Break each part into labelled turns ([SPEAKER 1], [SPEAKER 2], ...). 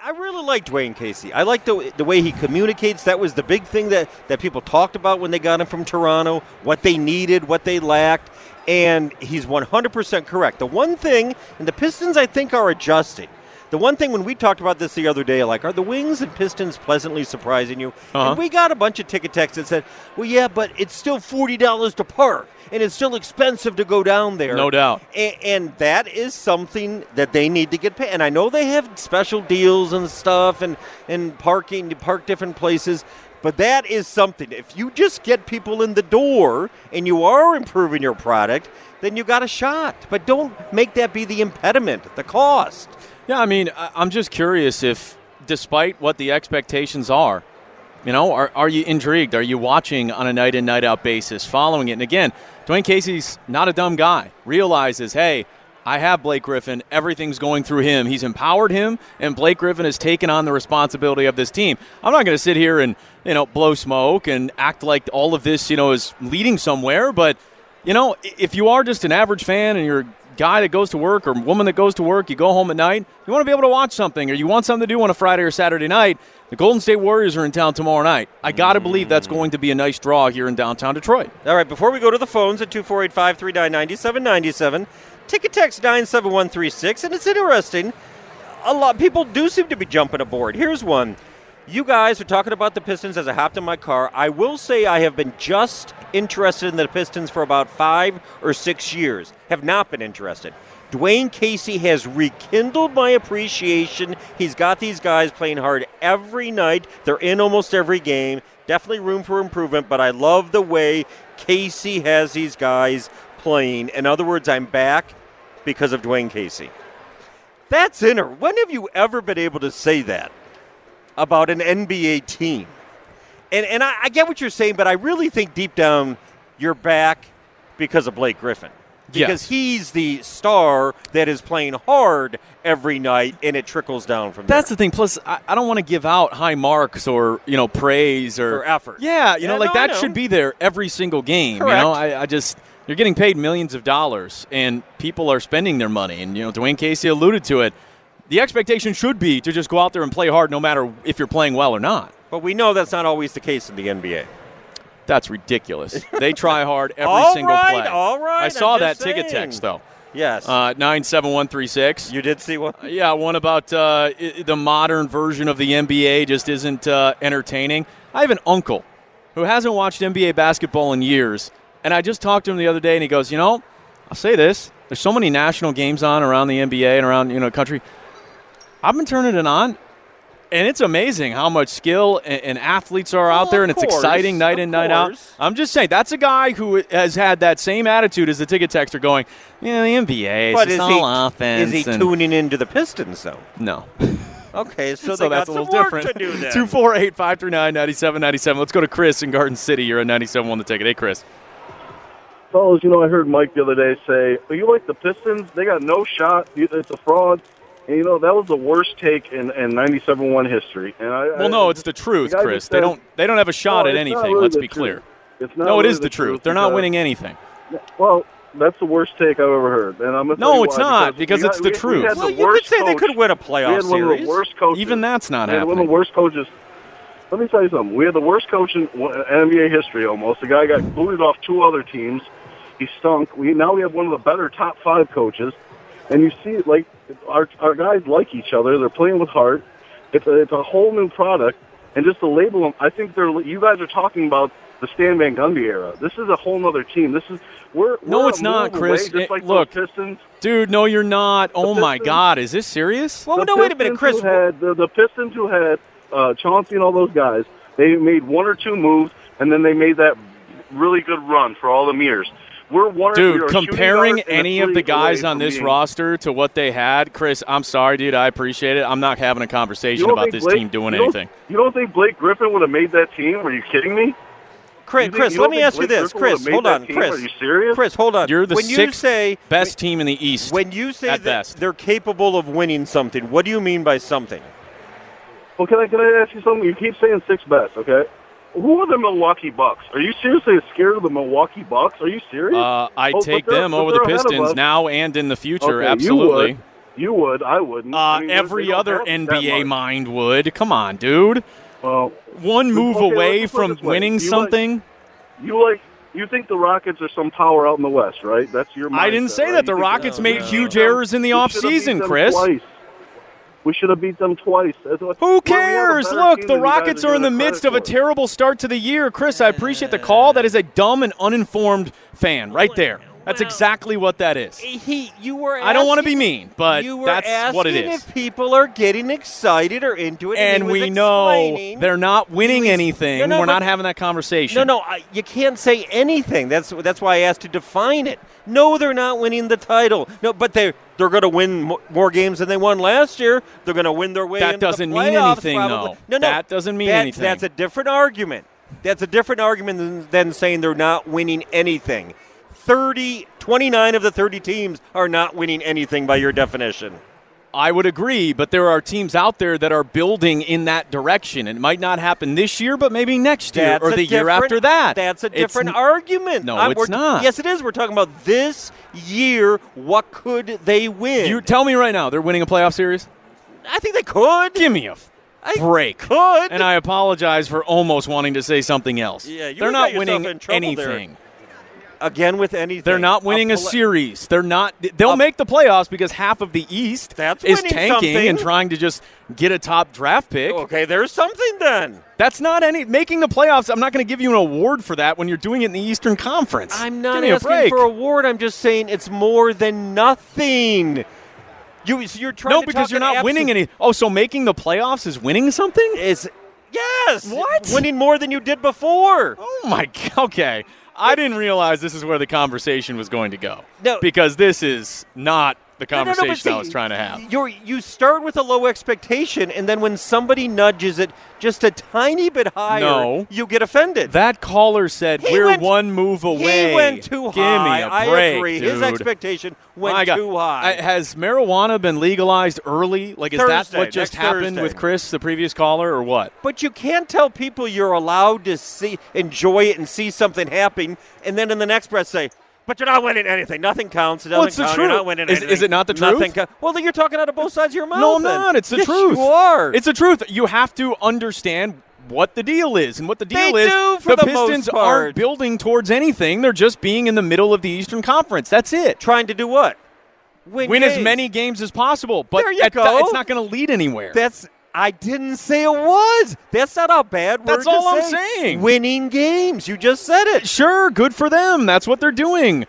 [SPEAKER 1] I really like Dwayne Casey. I like the the way he communicates. That was the big thing that, that people talked about when they got him from Toronto, what they needed, what they lacked, and he's 100% correct. The one thing, and the Pistons I think are adjusting. The one thing when we talked about this the other day, like, are the Wings and Pistons pleasantly surprising you?
[SPEAKER 2] Uh-huh.
[SPEAKER 1] And we got a bunch of ticket texts that said, well, yeah, but it's still $40 to park, and it's still expensive to go down there.
[SPEAKER 2] No doubt.
[SPEAKER 1] And, and that is something that they need to get paid. And I know they have special deals and stuff and, and parking to park different places, but that is something. If you just get people in the door and you are improving your product, then you got a shot. But don't make that be the impediment, the cost.
[SPEAKER 2] Yeah, I mean, I- I'm just curious if, despite what the expectations are, you know, are, are you intrigued? Are you watching on a night in, night out basis, following it? And again, Dwayne Casey's not a dumb guy, realizes, hey, I have Blake Griffin. Everything's going through him. He's empowered him, and Blake Griffin has taken on the responsibility of this team. I'm not going to sit here and, you know, blow smoke and act like all of this, you know, is leading somewhere, but you know, i- if you are just an average fan and you're a guy that goes to work or woman that goes to work, you go home at night, you want to be able to watch something or you want something to do on a Friday or Saturday night, the Golden State Warriors are in town tomorrow night. I got to believe that's going to be a nice draw here in downtown Detroit.
[SPEAKER 1] All right, before we go to the phones at 2485 399 9797, ticket text 97136, and it's interesting. A lot people do seem to be jumping aboard. Here's one. You guys are talking about the Pistons as I hopped in my car. I will say I have been just interested in the Pistons for about five or six years. Have not been interested. Dwayne Casey has rekindled my appreciation. He's got these guys playing hard every night. They're in almost every game. Definitely room for improvement, but I love the way Casey has these guys playing. In other words, I'm back because of Dwayne Casey. That's inner. When have you ever been able to say that about an NBA team? And and I, I get what you're saying, but I really think deep down you're back because of Blake Griffin. Because
[SPEAKER 2] Yes.
[SPEAKER 1] he's the star that is playing hard every night and it trickles down from
[SPEAKER 2] That's
[SPEAKER 1] there.
[SPEAKER 2] the thing. Plus, I, I don't want to give out high marks or you know praise or
[SPEAKER 1] For effort.
[SPEAKER 2] Yeah, you know,
[SPEAKER 1] Yeah,
[SPEAKER 2] like
[SPEAKER 1] no, I
[SPEAKER 2] that
[SPEAKER 1] know.
[SPEAKER 2] should be there every single game. You
[SPEAKER 1] Correct.
[SPEAKER 2] know, I, I just you're getting paid millions of dollars, and people are spending their money. And you know, Dwayne Casey alluded to it. The expectation should be to just go out there and play hard, no matter if you're playing well or not.
[SPEAKER 1] but we know that's not always the case in the NBA.
[SPEAKER 2] That's ridiculous. They try hard every
[SPEAKER 1] All
[SPEAKER 2] single
[SPEAKER 1] right,
[SPEAKER 2] play.
[SPEAKER 1] all right,
[SPEAKER 2] I
[SPEAKER 1] I'm
[SPEAKER 2] saw that
[SPEAKER 1] just
[SPEAKER 2] ticket
[SPEAKER 1] saying.
[SPEAKER 2] text though.
[SPEAKER 1] Yes.
[SPEAKER 2] Uh, nine seven one three six.
[SPEAKER 1] you did see one.
[SPEAKER 2] Yeah, one about uh, i- the modern version of the NBA just isn't uh, entertaining. I have an uncle who hasn't watched NBA basketball in years, and I just talked to him the other day, and he goes, "You know, I'll say this: there's so many national games on around the NBA and around you know the country. I've been turning it on, and it's amazing how much skill and, and athletes are out
[SPEAKER 1] Well,
[SPEAKER 2] there,
[SPEAKER 1] Oh, of
[SPEAKER 2] and it's
[SPEAKER 1] course,
[SPEAKER 2] exciting
[SPEAKER 1] of
[SPEAKER 2] night in, night out.
[SPEAKER 1] course.
[SPEAKER 2] I'm just saying, that's a guy who has had that same attitude as the ticket texter, going, "Yeah, the NBA, it's
[SPEAKER 1] But
[SPEAKER 2] just
[SPEAKER 1] is he,
[SPEAKER 2] all offense."
[SPEAKER 1] is he
[SPEAKER 2] and-
[SPEAKER 1] tuning into the Pistons though?
[SPEAKER 2] no.
[SPEAKER 1] Okay, so,
[SPEAKER 2] so
[SPEAKER 1] they
[SPEAKER 2] that's a
[SPEAKER 1] got
[SPEAKER 2] little
[SPEAKER 1] some work
[SPEAKER 2] different.
[SPEAKER 1] to do then.
[SPEAKER 2] 248 539 9797. Let's go to Chris in Garden City. You're at 97 on the ticket. Hey, Chris.
[SPEAKER 3] Uh, Fellas, you know, I heard Mike the other day say, "Are you like the Pistons? They got no shot. You- It's a fraud." And you know that was the worst take in in '97-1 history. And I
[SPEAKER 2] Well, no, it's the truth,
[SPEAKER 3] guy
[SPEAKER 2] Chris.
[SPEAKER 3] just
[SPEAKER 2] They
[SPEAKER 3] said-
[SPEAKER 2] don't they don't have a shot
[SPEAKER 3] No,
[SPEAKER 2] at
[SPEAKER 3] it's not
[SPEAKER 2] anything.
[SPEAKER 3] really
[SPEAKER 2] let's
[SPEAKER 3] the
[SPEAKER 2] be
[SPEAKER 3] truth.
[SPEAKER 2] clear.
[SPEAKER 3] It's not
[SPEAKER 2] no, it
[SPEAKER 3] really
[SPEAKER 2] is the truth. They're not
[SPEAKER 3] because-
[SPEAKER 2] winning anything.
[SPEAKER 3] Well, that's the worst take I've ever heard, and I'm gonna
[SPEAKER 2] No,
[SPEAKER 3] tell you
[SPEAKER 2] it's
[SPEAKER 3] why,
[SPEAKER 2] not, because
[SPEAKER 3] we
[SPEAKER 2] it's the
[SPEAKER 3] we- we
[SPEAKER 2] truth.
[SPEAKER 3] had the
[SPEAKER 1] Well, you could
[SPEAKER 3] worst
[SPEAKER 1] say they
[SPEAKER 3] coach.
[SPEAKER 1] could win a
[SPEAKER 3] We
[SPEAKER 1] playoff
[SPEAKER 3] had one of
[SPEAKER 1] series.
[SPEAKER 3] the worst coaches.
[SPEAKER 2] Even that's not
[SPEAKER 3] we had one of
[SPEAKER 2] happening.
[SPEAKER 3] the worst coaches. Let me tell you something. We had the worst coach in w- NBA history almost. The guy got booted off two other teams. He stunk. We now we have one of the better top five coaches, and you see like our our guys like each other. They're playing with heart. It's a, it's a whole new product, and just to label them, I think they're you guys are talking about the Stan Van Gundy era. This is a whole other team. This is we're
[SPEAKER 2] No,
[SPEAKER 3] we're
[SPEAKER 2] it's
[SPEAKER 3] a
[SPEAKER 2] not,
[SPEAKER 3] move
[SPEAKER 2] Chris.
[SPEAKER 3] Away, just
[SPEAKER 2] It-
[SPEAKER 3] like
[SPEAKER 2] look.
[SPEAKER 3] the Pistons.
[SPEAKER 2] Dude, no, you're not. Oh,
[SPEAKER 3] The
[SPEAKER 2] my
[SPEAKER 3] Pistons-
[SPEAKER 2] God. Is this serious?
[SPEAKER 1] Well,
[SPEAKER 3] The
[SPEAKER 1] Oh, no, wait a minute, Chris.
[SPEAKER 3] Pistons Who had, the, the Pistons who had uh, Chauncey and all those guys, they made one or two moves, and then they made that really good run for all them years. We're one. we
[SPEAKER 2] Dude,
[SPEAKER 3] are
[SPEAKER 2] comparing
[SPEAKER 3] shooting guards and a
[SPEAKER 2] any of
[SPEAKER 3] three
[SPEAKER 2] the guys
[SPEAKER 3] away
[SPEAKER 2] on
[SPEAKER 3] from
[SPEAKER 2] this
[SPEAKER 3] being-
[SPEAKER 2] roster to what they had, Chris, I'm sorry, dude. I appreciate it. I'm not having a
[SPEAKER 3] You
[SPEAKER 2] conversation
[SPEAKER 3] don't
[SPEAKER 2] about
[SPEAKER 3] think
[SPEAKER 2] this
[SPEAKER 3] Blake-
[SPEAKER 2] team doing
[SPEAKER 3] you don't-
[SPEAKER 2] anything.
[SPEAKER 3] You don't think Blake Griffin would have made that team? Are you kidding me?
[SPEAKER 1] Chris,
[SPEAKER 3] You think-
[SPEAKER 1] Chris,
[SPEAKER 3] you
[SPEAKER 1] let
[SPEAKER 3] don't
[SPEAKER 1] me
[SPEAKER 3] think
[SPEAKER 1] ask you
[SPEAKER 3] Blake
[SPEAKER 1] this,
[SPEAKER 3] Griffin
[SPEAKER 1] Chris.
[SPEAKER 3] would've made
[SPEAKER 1] Hold
[SPEAKER 3] that
[SPEAKER 1] on,
[SPEAKER 3] team?
[SPEAKER 1] Chris.
[SPEAKER 3] Are you serious?
[SPEAKER 1] Chris, hold on.
[SPEAKER 2] You're the
[SPEAKER 1] when you
[SPEAKER 2] sixth
[SPEAKER 1] say
[SPEAKER 2] best team in the East.
[SPEAKER 1] when you say
[SPEAKER 2] at
[SPEAKER 1] that
[SPEAKER 2] best.
[SPEAKER 1] they're capable of winning something, what do you mean by something?
[SPEAKER 3] Well, can I can I ask you something? You keep saying six bets, okay? Who are the Milwaukee Bucks? Are you seriously scared of the Milwaukee Bucks? Are you serious?
[SPEAKER 2] Uh, I
[SPEAKER 3] Oh, but
[SPEAKER 2] take
[SPEAKER 3] they're-
[SPEAKER 2] them
[SPEAKER 3] but
[SPEAKER 2] over the
[SPEAKER 3] they're ahead of
[SPEAKER 2] Pistons
[SPEAKER 3] us.
[SPEAKER 2] now and in the future.
[SPEAKER 3] Okay,
[SPEAKER 2] absolutely.
[SPEAKER 3] You would. You would. I wouldn't.
[SPEAKER 2] Uh,
[SPEAKER 3] I mean, there's- they
[SPEAKER 2] every
[SPEAKER 3] don't
[SPEAKER 2] other
[SPEAKER 3] have that
[SPEAKER 2] NBA
[SPEAKER 3] much.
[SPEAKER 2] mind would. Come on, dude.
[SPEAKER 3] Well,
[SPEAKER 2] One move
[SPEAKER 3] okay,
[SPEAKER 2] away
[SPEAKER 3] let's put it
[SPEAKER 2] from
[SPEAKER 3] this way.
[SPEAKER 2] winning
[SPEAKER 3] You like-
[SPEAKER 2] something.
[SPEAKER 3] you like you think the Rockets are some power out in the West, right? That's your.
[SPEAKER 2] I didn't
[SPEAKER 3] mindset,
[SPEAKER 2] say
[SPEAKER 3] right?
[SPEAKER 2] that. The
[SPEAKER 3] You think-
[SPEAKER 2] Rockets made
[SPEAKER 1] no.
[SPEAKER 2] huge errors in the
[SPEAKER 3] We should've beat
[SPEAKER 2] offseason,
[SPEAKER 3] them
[SPEAKER 2] Chris.
[SPEAKER 3] twice. We should have beat them twice. That's what-
[SPEAKER 2] Who
[SPEAKER 3] we have a
[SPEAKER 2] cares?
[SPEAKER 3] better
[SPEAKER 2] Look,
[SPEAKER 3] team
[SPEAKER 2] the
[SPEAKER 3] than you guys
[SPEAKER 2] Rockets
[SPEAKER 3] are
[SPEAKER 2] are in the
[SPEAKER 3] giving credit
[SPEAKER 2] midst of a
[SPEAKER 3] for.
[SPEAKER 2] terrible start to the year. Chris, I appreciate the call. That is a dumb and uninformed fan right there. That's
[SPEAKER 1] Well-
[SPEAKER 2] exactly what that is.
[SPEAKER 1] He, you were.
[SPEAKER 2] I don't want to be
[SPEAKER 1] asking-
[SPEAKER 2] mean, but
[SPEAKER 1] you were
[SPEAKER 2] that's what it
[SPEAKER 1] asking
[SPEAKER 2] is.
[SPEAKER 1] If people are getting excited or into it, and,
[SPEAKER 2] And
[SPEAKER 1] he was
[SPEAKER 2] we know
[SPEAKER 1] explaining-
[SPEAKER 2] they're not winning
[SPEAKER 1] was-
[SPEAKER 2] anything.
[SPEAKER 1] No, no,
[SPEAKER 2] We're not
[SPEAKER 1] but-
[SPEAKER 2] having that conversation.
[SPEAKER 1] No, no, I, you can't say anything. That's that's why I asked to define it. No, they're not winning the title. No, but they they're going to win mo- more games than they won last year. They're going to win their way.
[SPEAKER 2] That
[SPEAKER 1] into the
[SPEAKER 2] doesn't mean
[SPEAKER 1] playoffs,
[SPEAKER 2] anything,
[SPEAKER 1] probably.
[SPEAKER 2] though.
[SPEAKER 1] No, no,
[SPEAKER 2] That doesn't mean
[SPEAKER 1] that's,
[SPEAKER 2] anything.
[SPEAKER 1] That's a different argument. That's a different argument than, than saying they're not winning anything. 30, 29 of the 30 teams are not winning anything by your definition.
[SPEAKER 2] I would agree, but there are teams out there that are building in that direction. It might not happen this year, but maybe next year
[SPEAKER 1] That's
[SPEAKER 2] or
[SPEAKER 1] a
[SPEAKER 2] the year
[SPEAKER 1] different-
[SPEAKER 2] after that.
[SPEAKER 1] That's a
[SPEAKER 2] It's
[SPEAKER 1] different
[SPEAKER 2] n-
[SPEAKER 1] argument.
[SPEAKER 2] No,
[SPEAKER 1] I'm-
[SPEAKER 2] it's
[SPEAKER 1] we're-
[SPEAKER 2] not.
[SPEAKER 1] Yes, it is. We're talking about this year. What could they win?
[SPEAKER 2] You tell me right now, they're winning a playoff series.
[SPEAKER 1] I think they could.
[SPEAKER 2] Give me a f-
[SPEAKER 1] I
[SPEAKER 2] break.
[SPEAKER 1] Could.
[SPEAKER 2] And I apologize for almost wanting to say something else.
[SPEAKER 1] Yeah, you
[SPEAKER 2] they're
[SPEAKER 1] got
[SPEAKER 2] not
[SPEAKER 1] yourself
[SPEAKER 2] winning
[SPEAKER 1] in trouble there.
[SPEAKER 2] anything.
[SPEAKER 1] again with anything.
[SPEAKER 2] They're not winning a,
[SPEAKER 1] pla-
[SPEAKER 2] series. They're not. They'll
[SPEAKER 1] A-
[SPEAKER 2] make the playoffs because half of the East
[SPEAKER 1] That's
[SPEAKER 2] is
[SPEAKER 1] winning
[SPEAKER 2] tanking and
[SPEAKER 1] something. Oh,
[SPEAKER 2] trying to just get a top draft pick.
[SPEAKER 1] Okay, there's something then.
[SPEAKER 2] That's not any making the playoffs. I'm not going to give you an award for that when you're doing it in the Eastern Conference.
[SPEAKER 1] I'm not
[SPEAKER 2] give me a
[SPEAKER 1] asking
[SPEAKER 2] break.
[SPEAKER 1] for award. I'm just saying it's more than nothing. You, so you're trying
[SPEAKER 2] no,
[SPEAKER 1] to
[SPEAKER 2] because
[SPEAKER 1] talk
[SPEAKER 2] you're
[SPEAKER 1] in
[SPEAKER 2] not winning
[SPEAKER 1] absolute-
[SPEAKER 2] any. Oh, so making the playoffs is winning something?
[SPEAKER 1] Is yes.
[SPEAKER 2] What?
[SPEAKER 1] Winning more than you did before.
[SPEAKER 2] Oh my. g- Okay, I didn't realize this is where the conversation was going to go.
[SPEAKER 1] No.
[SPEAKER 2] because this is not the
[SPEAKER 1] No, no, no, but
[SPEAKER 2] conversation I
[SPEAKER 1] see,
[SPEAKER 2] was trying to have.
[SPEAKER 1] You're, you start with a low expectation, and then when somebody nudges it just a tiny bit higher,
[SPEAKER 2] No.
[SPEAKER 1] you get offended.
[SPEAKER 2] That caller said
[SPEAKER 1] He
[SPEAKER 2] we're
[SPEAKER 1] went-
[SPEAKER 2] one move away.
[SPEAKER 1] He went too
[SPEAKER 2] Give
[SPEAKER 1] high.
[SPEAKER 2] me a
[SPEAKER 1] I
[SPEAKER 2] break,
[SPEAKER 1] agree. His
[SPEAKER 2] dude.
[SPEAKER 1] expectation went
[SPEAKER 2] My God.
[SPEAKER 1] too high.
[SPEAKER 2] I- has marijuana been legalized early? Like, is that
[SPEAKER 1] Thursday,
[SPEAKER 2] what just
[SPEAKER 1] next
[SPEAKER 2] happened
[SPEAKER 1] Thursday.
[SPEAKER 2] with Chris, the previous caller, or what?
[SPEAKER 1] but you can't tell people you're allowed to see, enjoy it, and see something happen, and then in the next breath say, "But you're not winning anything. Nothing counts. It doesn't
[SPEAKER 2] Well, it's the
[SPEAKER 1] count. You're
[SPEAKER 2] truth.
[SPEAKER 1] not winning
[SPEAKER 2] Is-
[SPEAKER 1] anything.
[SPEAKER 2] is it not the
[SPEAKER 1] Nothing
[SPEAKER 2] truth?
[SPEAKER 1] co- well, then you're talking out of both sides of your mouth.
[SPEAKER 2] No, I'm
[SPEAKER 1] then.
[SPEAKER 2] not. It's the
[SPEAKER 1] Yes,
[SPEAKER 2] truth.
[SPEAKER 1] You are.
[SPEAKER 2] It's the truth. You have to understand what the deal is, and what the deal
[SPEAKER 1] They
[SPEAKER 2] is.
[SPEAKER 1] do, for the most
[SPEAKER 2] Pistons
[SPEAKER 1] part.
[SPEAKER 2] aren't building towards anything. They're just being in the middle of the Eastern Conference. That's it.
[SPEAKER 1] trying to do what?
[SPEAKER 2] Win as
[SPEAKER 1] games.
[SPEAKER 2] many games as possible, but
[SPEAKER 1] There you
[SPEAKER 2] at the-
[SPEAKER 1] go.
[SPEAKER 2] it's not going to lead anywhere.
[SPEAKER 1] That's I didn't say it was. That's not a bad word.
[SPEAKER 2] That's
[SPEAKER 1] to
[SPEAKER 2] all I'm
[SPEAKER 1] say.
[SPEAKER 2] saying.
[SPEAKER 1] Winning games. You just said it.
[SPEAKER 2] sure, good for them. That's what they're doing.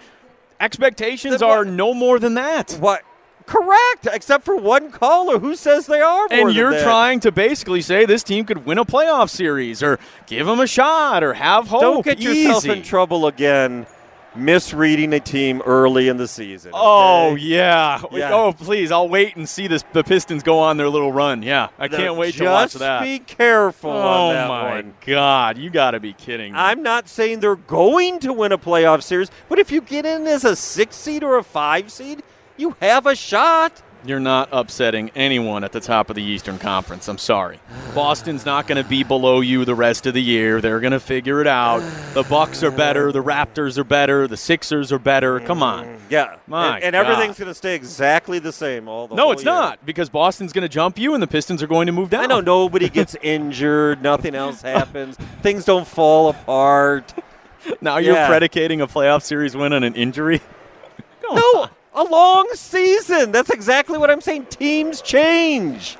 [SPEAKER 2] Expectations
[SPEAKER 1] Then
[SPEAKER 2] are
[SPEAKER 1] what-
[SPEAKER 2] no more than that.
[SPEAKER 1] What? Correct. Except for one caller who says they are. More
[SPEAKER 2] And
[SPEAKER 1] than
[SPEAKER 2] you're
[SPEAKER 1] that.
[SPEAKER 2] trying to basically say this team could win a playoff series or give them a shot or have hope.
[SPEAKER 1] Don't get yourself
[SPEAKER 2] Easy.
[SPEAKER 1] in trouble again. Misreading a team early in the season.
[SPEAKER 2] Oh
[SPEAKER 1] okay?
[SPEAKER 2] yeah.
[SPEAKER 1] Yeah.
[SPEAKER 2] Oh please, I'll wait and see this the Pistons go on their little run. Yeah, I can't wait to watch
[SPEAKER 1] Just
[SPEAKER 2] that.
[SPEAKER 1] Be careful
[SPEAKER 2] oh
[SPEAKER 1] on that
[SPEAKER 2] my
[SPEAKER 1] one.
[SPEAKER 2] god, you got to be kidding. me.
[SPEAKER 1] I'm not saying they're going to win a playoff series, but if you get in as a six seed or a five seed, you have a shot.
[SPEAKER 2] You're not upsetting anyone at the top of the Eastern Conference. I'm sorry. Boston's not going to be below you the rest of the year. They're going to figure it out. The Bucks are better, the Raptors are better, the Sixers are better. Come on.
[SPEAKER 1] Yeah.
[SPEAKER 2] My
[SPEAKER 1] and, and
[SPEAKER 2] God.
[SPEAKER 1] everything's going to stay exactly the same all the
[SPEAKER 2] No,
[SPEAKER 1] whole
[SPEAKER 2] it's
[SPEAKER 1] year.
[SPEAKER 2] not because Boston's going to jump you and the Pistons are going to move down.
[SPEAKER 1] I know nobody gets injured, nothing else happens, things don't fall apart.
[SPEAKER 2] Now you're
[SPEAKER 1] Yeah.
[SPEAKER 2] predicating a playoff series win on an injury. Come
[SPEAKER 1] No, a long season. That's exactly what I'm saying. Teams change.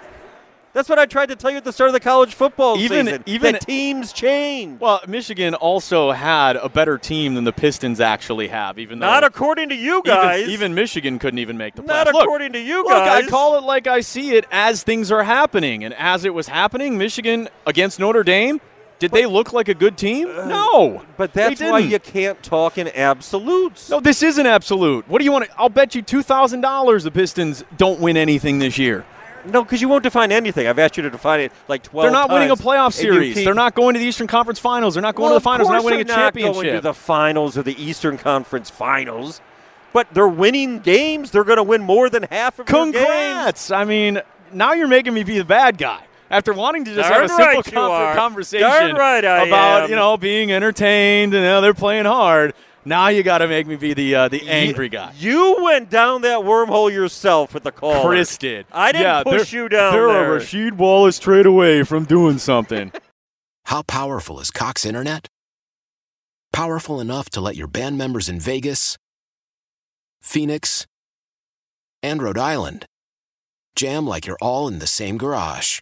[SPEAKER 1] That's what I tried to tell you at the start of the college football
[SPEAKER 2] Even-
[SPEAKER 1] season.
[SPEAKER 2] even-
[SPEAKER 1] that teams change.
[SPEAKER 2] Well, Michigan also had a better team than the Pistons actually have, even though
[SPEAKER 1] not according to you
[SPEAKER 2] even,
[SPEAKER 1] guys.
[SPEAKER 2] even Michigan couldn't even make the playoffs.
[SPEAKER 1] not
[SPEAKER 2] Look,
[SPEAKER 1] according to you
[SPEAKER 2] Look,
[SPEAKER 1] guys.
[SPEAKER 2] I call it like I see it as things are happening, and as it was happening, Michigan against Notre Dame Did they look like a good team? No.
[SPEAKER 1] Uh, But
[SPEAKER 2] they
[SPEAKER 1] that's why
[SPEAKER 2] didn't.
[SPEAKER 1] you can't talk in absolutes.
[SPEAKER 2] No, this isn't absolute. What do you want to? I'll bet you two thousand dollars the Pistons don't win anything this year.
[SPEAKER 1] No, because you won't define anything. I've asked you to define it like 12
[SPEAKER 2] They're not winning a
[SPEAKER 1] times,
[SPEAKER 2] playoff
[SPEAKER 1] and you
[SPEAKER 2] series.
[SPEAKER 1] keep-
[SPEAKER 2] They're not going to the Eastern Conference Finals. They're not going
[SPEAKER 1] Well,
[SPEAKER 2] to the
[SPEAKER 1] of
[SPEAKER 2] finals. They're not
[SPEAKER 1] course
[SPEAKER 2] winning a
[SPEAKER 1] they're
[SPEAKER 2] championship.
[SPEAKER 1] Not going to the finals or the Eastern Conference Finals, but they're winning games. They're going to win more than half of their games.
[SPEAKER 2] Congrats! I mean, now you're making me be the bad guy after wanting to just
[SPEAKER 1] Darn
[SPEAKER 2] have a simple
[SPEAKER 1] right you
[SPEAKER 2] con-
[SPEAKER 1] are.
[SPEAKER 2] conversation
[SPEAKER 1] Darn right I
[SPEAKER 2] about
[SPEAKER 1] am.
[SPEAKER 2] you know being entertained and you know, they're playing hard. Now you got to make me be the uh, the angry guy.
[SPEAKER 1] You went down that wormhole yourself with the call.
[SPEAKER 2] Chris did.
[SPEAKER 1] I didn't
[SPEAKER 2] Yeah,
[SPEAKER 1] push
[SPEAKER 2] they're-
[SPEAKER 1] you down
[SPEAKER 2] They're
[SPEAKER 1] there.
[SPEAKER 2] a Rasheed Wallace trade away from doing something.
[SPEAKER 4] How powerful is Cox Internet? Powerful enough to let your band members in Vegas, Phoenix, and Rhode Island jam like you're all in the same garage.